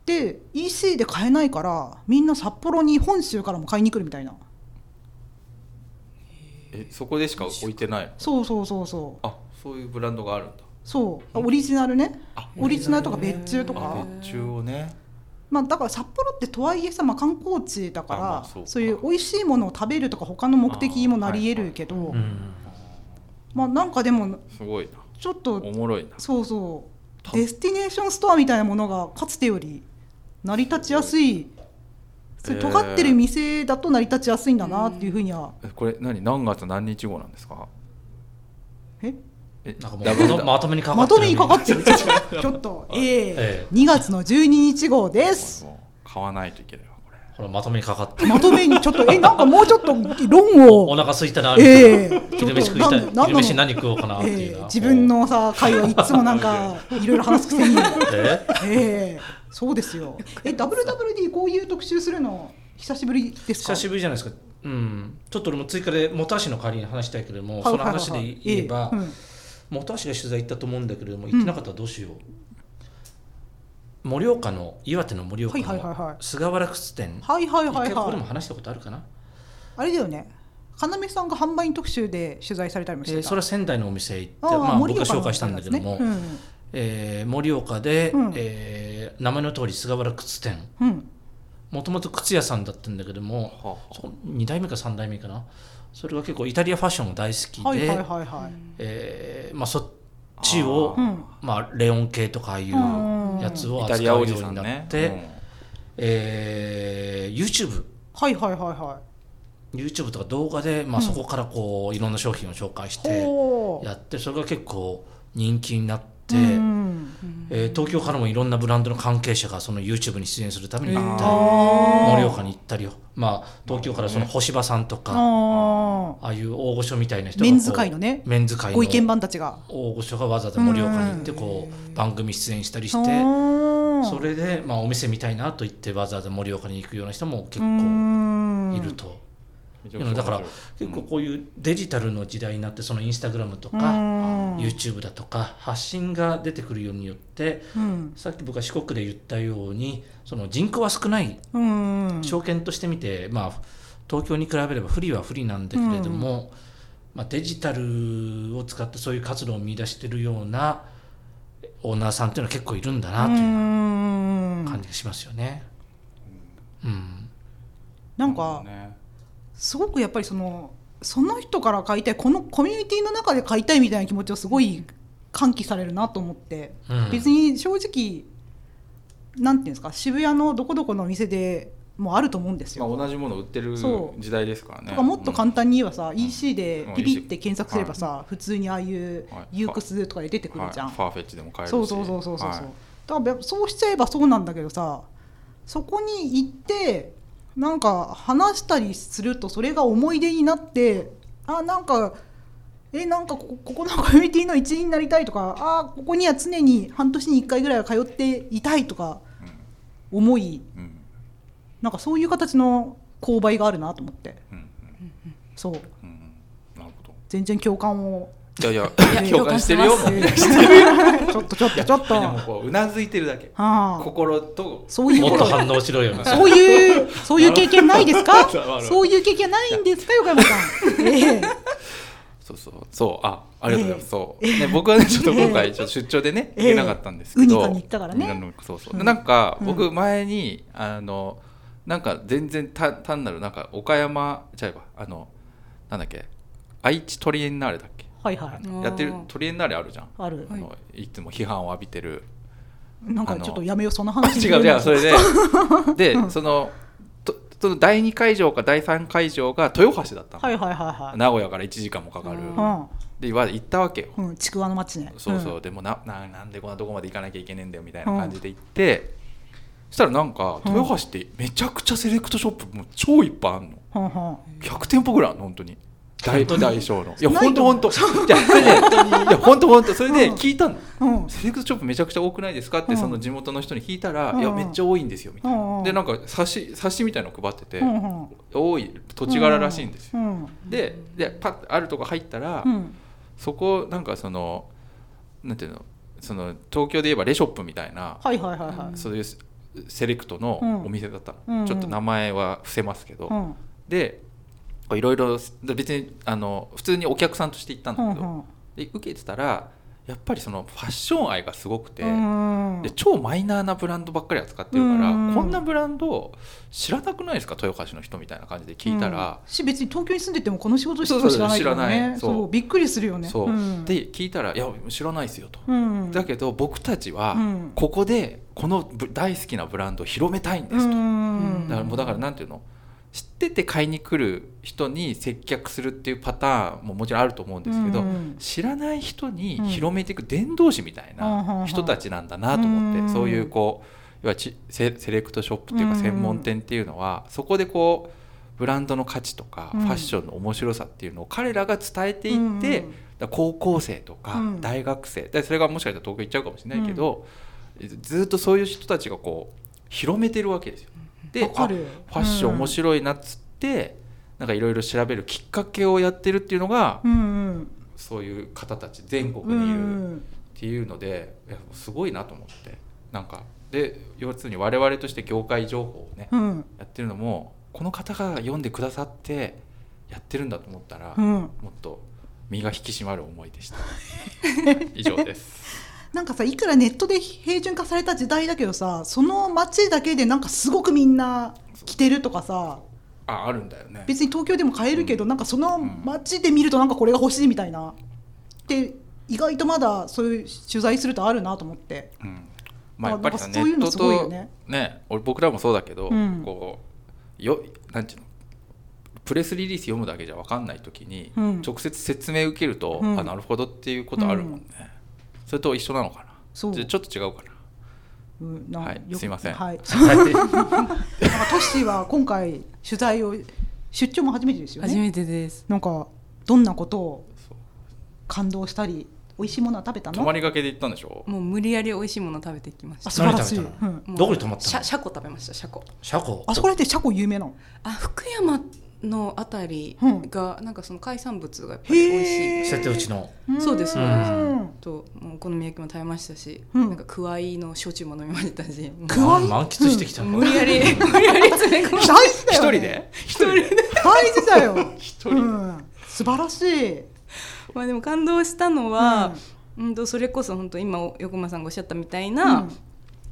で EC で買えないからみんな札幌に本州からも買いに来るみたいなえそこでしか置いてないのそうそうそうそうあそういうブランドがあるんだそうあオリジナルねあオリジナルとか別注とあか、別注をねまあ、だから札幌ってとはいえさ、まあ、観光地だかあまあらそうかそういう美味しいものを食べるとか他の目的もなり得るけどうんまあなんかでもすごいなちょっとおもろいなそうそうたデスティネーションストアみたいなものがかつてより成り立ちやすいそういう尖ってる店だと成り立ちやすいんだなっていうふうにはえこれ何何月何日号なんですかええなんかダもブうままとめにかかまっとてるめにかか ってるちょっとええええ2月の12日号ですもう買わないといけないわこれほらまとめにかかってるまとめにちょっとえなんかもうちょっと論をお腹空いたなみたいなええ昼飯食いたいなん昼飯何食おうかなってえいうえな自分のさ会話いつもなん かいろいろ話すくせに、えええそうですよえ WWD こういう特集するの久しぶりですか久しぶりじゃないですかうんちょっと俺も追加で本橋の代わりに話したいけれどもはそいのはいはい話で言えばええうん本橋が取材行ったと思うんだけれども行ってなかったらどうしよう盛岡の岩手の盛岡はいはいはいはいの菅原靴店はいはいはい一回ここでもはい話したことあるかなあれだよね要さんが販売員特集で取材されたりもしえてーた、それは仙台のお店行ってああまあ盛僕岡がの紹介したんだけども方なんですねえー盛岡でうんえー名前の通り菅原靴店うんうんもともと靴屋さんだったんだけどもはあはあそこ2代目か3代目かなそれが結構イタリアファッションが大好きで、はいはいはいはい、えーまあ、そっちをあーうんまあ、レオン系とかああいうんうやつをイタリ扱アうよおうじさにんなねって、えー YouTube, はいはいはいは YouTube とか動画で、まあ、そこからこう、いろんな商品を紹介しいてほうやってそれが結構人気になって、うんえー東京からもいろんなブランドの関係者がその YouTube に出演するために行ったりあ盛岡に行ったり、まあ、東京からその星葉さんとあか。あああいう大御所みたいな人がメこうンズ会のねメンズ界のご意見番たちが大御所がわざわざ盛岡に行ってこう番組出演したりしてそそれでまあお店見たいなと言ってわざわざ盛岡に行くような人も結構構いるとめちゃいうくちゃ面白のいだから結構こういうデジタルの時代になってそのインスタグラムとか YouTube だとか発信が出てくるようによってさっき僕が四国で言ったようにその人口は少ない証券としてみて、まあ、東京に比べれば不利は不利なんだけれども、まあ、デジタルを使ってそういう活動を見出してるようなオーナーさんっていうのは結構いるんだなという感じがしますよね。うんなんかねすごくやっぱりそのその人から買いたいこのコミュニティの中で買いたいみたいな気持ちをすごい喚起されるなと思って、うん別に正直なんていうんですか渋谷のどこどこのお店でもあると思うんですまよ。あ同じもの売ってるそう時代ですからねとかもっと簡うん単に言えばさ、EC でうんピピって検索すればさ、普通にああいうはいユークスとかで出てくるじゃん、はいファーフェッチでも買えるしそうそうそうそうそう、はいだからそうしちゃえばそうなんだけどさそこに行ってなんか話したりするとそれが思い出になってあなんかえなんかこここのコミュニティの一員になりたいとかあここには常に半年に1回ぐらいは通っていたいとか思いうんうんなんかそういう形の購買があるなと思ってうんそううんうんなるほど全然共感 をいやいやいや共感してるよ共感してまちょっとちょっとちょっとみんなもこううなずいてるだけはあ心とそういうもこっとと反応しろよみた いなそういう、そういう経験ないですかるほ。ど そういう経験ないんですか、横山さん。ええそうそうそうああありがとうございます。そう、ね、僕はね、ちょっと今回、ちょっと出張でね、え行えけなかったんですけど。ウニコに行ったからねうんそうそうう、んなんか、うん僕前に、あの、なんか全然た、単なる、なんか岡山、ちゃえば、あの。なんだっけ、愛知トリエンナーレだっけ。はいはいうんやってる、トリエンナーレあるじゃん。あるあの、いつも批判を浴びてる。なんかあのちょっとやめようそのあ話 違う違うそれでで、うんそのとその第2会場か第3会場が豊橋だったの、はいはいはい名古屋から1時間もかかる、うんはでわ行ったわけよ、いうん、うん、ちくわの街ねそうそう、んでもなななんでこんなとこまで行かなきゃいけねえんだよみたいな感じで行って、そしたらなんかうん豊橋ってめちゃくちゃセレクトショップもう超いっぱいあんのほんほん100店舗ぐらいあんの本当に大大小のいやない本と当思う本当いやそれでいや本当本当それで聞いたの、うんセレクトショップめちゃくちゃ多くないですかって、うんその地元の人に聞いたら、うんいやめっちゃ多いんですよみたいな、うんうんでなんか冊子冊子みたいなの配ってて、ほんほん多い土地柄らしいんですよ、うんででパッとあるとこ入ったら、うんそこなんかそのなんていうのその東京で言えばレショップみたいな、はいはいはいはいそういうセセレクトのうんお店だったの、うんうんちょっと名前は伏せますけど、うんでいろいろ別にあの普通にお客さんとして行ったんだほんけど、ほんで受けてたらやっぱりそのファッション愛がすごくて。うんで超マイナーなブランドばっかり扱ってるから、うんこんなブランド知らなくないですか豊橋の人みたいな感じで聞いたらう、んし別に東京に住んでてもこの仕事しそうかそう知らないから知らねないそそううびっくりするよねそう、ん、で聞いたら「いや知らないですよ」と。うん、だけど僕たちはうんここでこのぶ大好きなブランドを広めたいんでうすと、ん、だからもうだからなんていうの知ってて買いに来る人に接客するっていうパターンももちろんあると思うんですけど、うん知らない人に広めていく伝道師みたいな人たちなんだなと思って、うんそういうこう要はちセセレクトショップっていううかん専門店っていうのはそこでこうブランドの価値とかうフんァッションの面白さっていうのを彼らが伝えていって、うんだから高校生とかうん大学生、でそれがもしかしたら東京行っちゃうかもしれないけど、ずっとそういう人たちがこう広めてるわけですよ。でわかるあファッション面白いなっつって、なんかいろいろ調べるきっかけをやってるっていうのが、うんうんそういう方たち全国うんにいうるっんていうので、いやすごいなと思ってなんかで要するに我々として業界情報をね、うんやってるのもこの方が読んでくださってやってるんだと思ったら、うんもっと身が引き締まる思いでした 以上ですなんかさいくらネットで平準化された時代だけどさその街だけでなんかすごくみんな着てるとかさああるんだよね別に東京でも買えるけど、うなんかその街で見るとなんかこれが欲しいみたいなで意外とまだそういう取材するとあるなと思ってうんまああ、やっぱりさなんかネそういうッのトすごいよとねね俺僕らもそうだけど、うんこうよなんていうのプレスリリース読むだけじゃ分かんない時に、うん直接説明受けると、うんあなるほどっていうことあるもんね、それと一緒なのかなそうじゃあちょっと違うかなうんなはいよくすいませんはい、はなんかトッシーは今回取材を出張も初めてですよ初ね。めてですなんかどんなことをそう感動したり美味しいものは食べた泊のま？りがけで行ったんでしょもう無理やり美味しいもの食べてきましたあ素晴らしい。う何食べたのん、もうどこに泊まったのシャシャコ食べましたシャコ車庫あそこら辺って車庫有名なの？あ福山のあたりが、なんかその海産物がやっぱり美味へしいー瀬戸内のそうですうそうんですん。ともうお好み焼きも食べましたし、うんなんかくわいの焼酎も飲みましたしもうくわい満喫してきたの無理やり 無理やり詰め込ま大れ事ただよ、ね。一人で一人で大事だよ。 一う人でん。素晴らしい。まあでも感動したのは、うん、とそれこそ本当今横間さんがおっしゃったみたいな、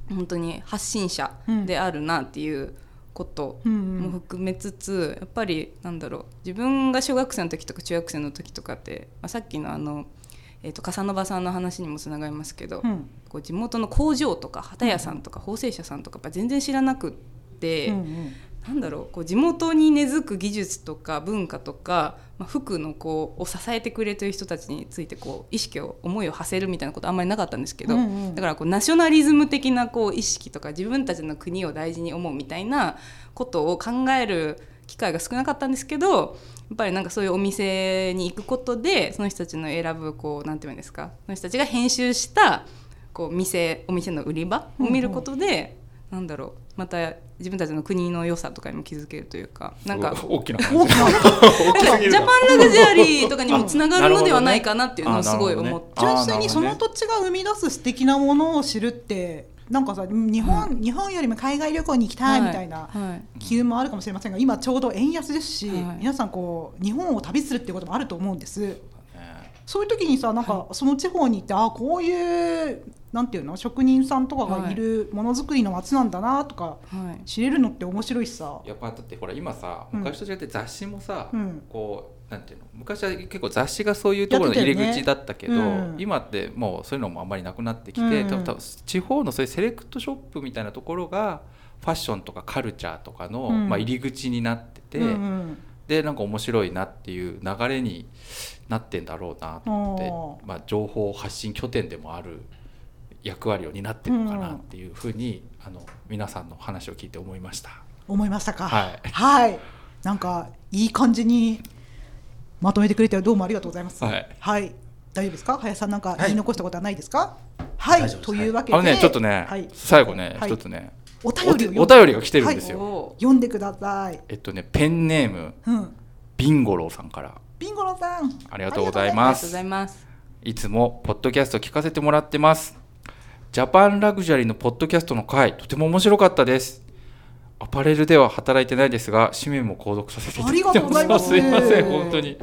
本当に発信者であるなっていうことうんうもん含めつつやっぱりなんだろう自分が小学生の時とか中学生の時とかって、まあ、さっきのあの、えー、と笠野場さんの話にもつながりますけど、うん。こう地元の工場とか旗屋さんとか縫製者さんとかやっぱ全然知らなくって。うんうんなんだろうこう地元に根付く技術とか文化とか、まあ、服のこうを支えてくれてる人たちについてこう意識を思いを馳せるみたいなことあんまりなかったんですけど、うんうんだからこうナショナリズム的なこう意識とか自分たちの国を大事に思うみたいなことを考える機会が少なかったんですけどやっぱりなんかそういうお店に行くことでその人たちの選ぶこうなんていうんですかその人たちが編集したこう店お店の売り場を見ることで、なんだろうまた自分たちの国の良さとかにも気づけるというかなんか大きな大話きな。大きなんすかぎジるャなパンラグジュアリーとかにもつながるのではないかなっていうのをすごいあなる思ほっどねて。純粋にそあのーなるほ土地が生み出す素敵なものを知るってなんかさ日本、日本よりも海外旅行に行きたいみたいなはい機運もあるかもしれませんが今ちょうど円安ですし、はい皆さんこう日本を旅するっていうこともあると思うんですどねそういう時にさなんかその地方に行って、あこういうなんていうの職人さんとかがいるものづくりの街なんだなとかはい知れるのって面白いしさ。やっぱだってほら今さうん昔と違って雑誌もさ、うんこうなんていうの昔は結構雑誌がそういうところのやってた入よねり口だったけどうん今ってもうそういうのもあんまりなくなってきて、うん多分多分地方のそういうセレクトショップみたいなところがファッションとかカルチャーとかの、うんまあ、入り口になってて、うんうんでなんか面白いなっていう流れになってんだろうなと思って、まあ、情報発信拠点でもある役割を担ってるのかなっていうふうに、あの皆さんの話を聞いて思いました。思いましたか。はいはいなんかいい感じにまとめてくれてどうもありがとうございます。はい大丈夫ですか。林さんなんかい言い残したことはないですか。はい。大丈夫ですというわけで、あのね、ちょっとね、はい最後ね、はい一つね、お便りをおお便りが来てるんですよはいおー読んでください。えっとね、ペンネーム、うん。ビンゴローさんから、ビンゴロさん。ありがとうございありまがとうごすざ。いますいつも、ポッドキャスト聞かせてもらってます。ジャパンラグジュアリーのポッドキャストの回、とても面白かったです。アパレルでは働いてないですが、紙面も購読させていただいてます。ありがとうございますすいません、本当に。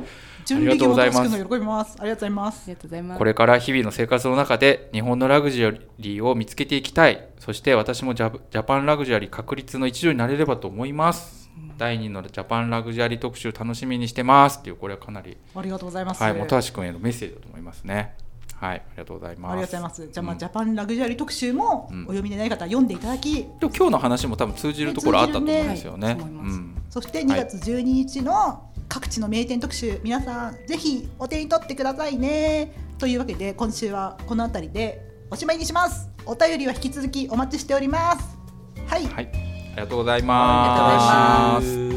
準備も楽しくありがとうの喜びます。ありがとうございまあす。りがとうございますこれから日々の生活の中で日本のラグジュアリーを見つけていきたいそして私もジャジャパンラグジュアリー確立の一助になれればと思います、第2のジャパンラグジュアリー特集楽しみにしてますっていうこれはかなり、ありがとうございます。はい、あ本り橋君へのメッセージだと思いますねはいありがとうございまがすとうございます。じゃあまあ、うんジャパンラグジュアリー特集もおうん読みでない方は読んでいただき、でも今日の話も多分通じるところあったと思うんですよね通じるねはいうんそして2月12日の各地の名店特集、皆さんぜひお手に取ってくださいね。というわけで今週はこの辺りでおしまいにします。お便りは引き続きお待ちしております。はい。はい、ありがとうございありがとうございまますす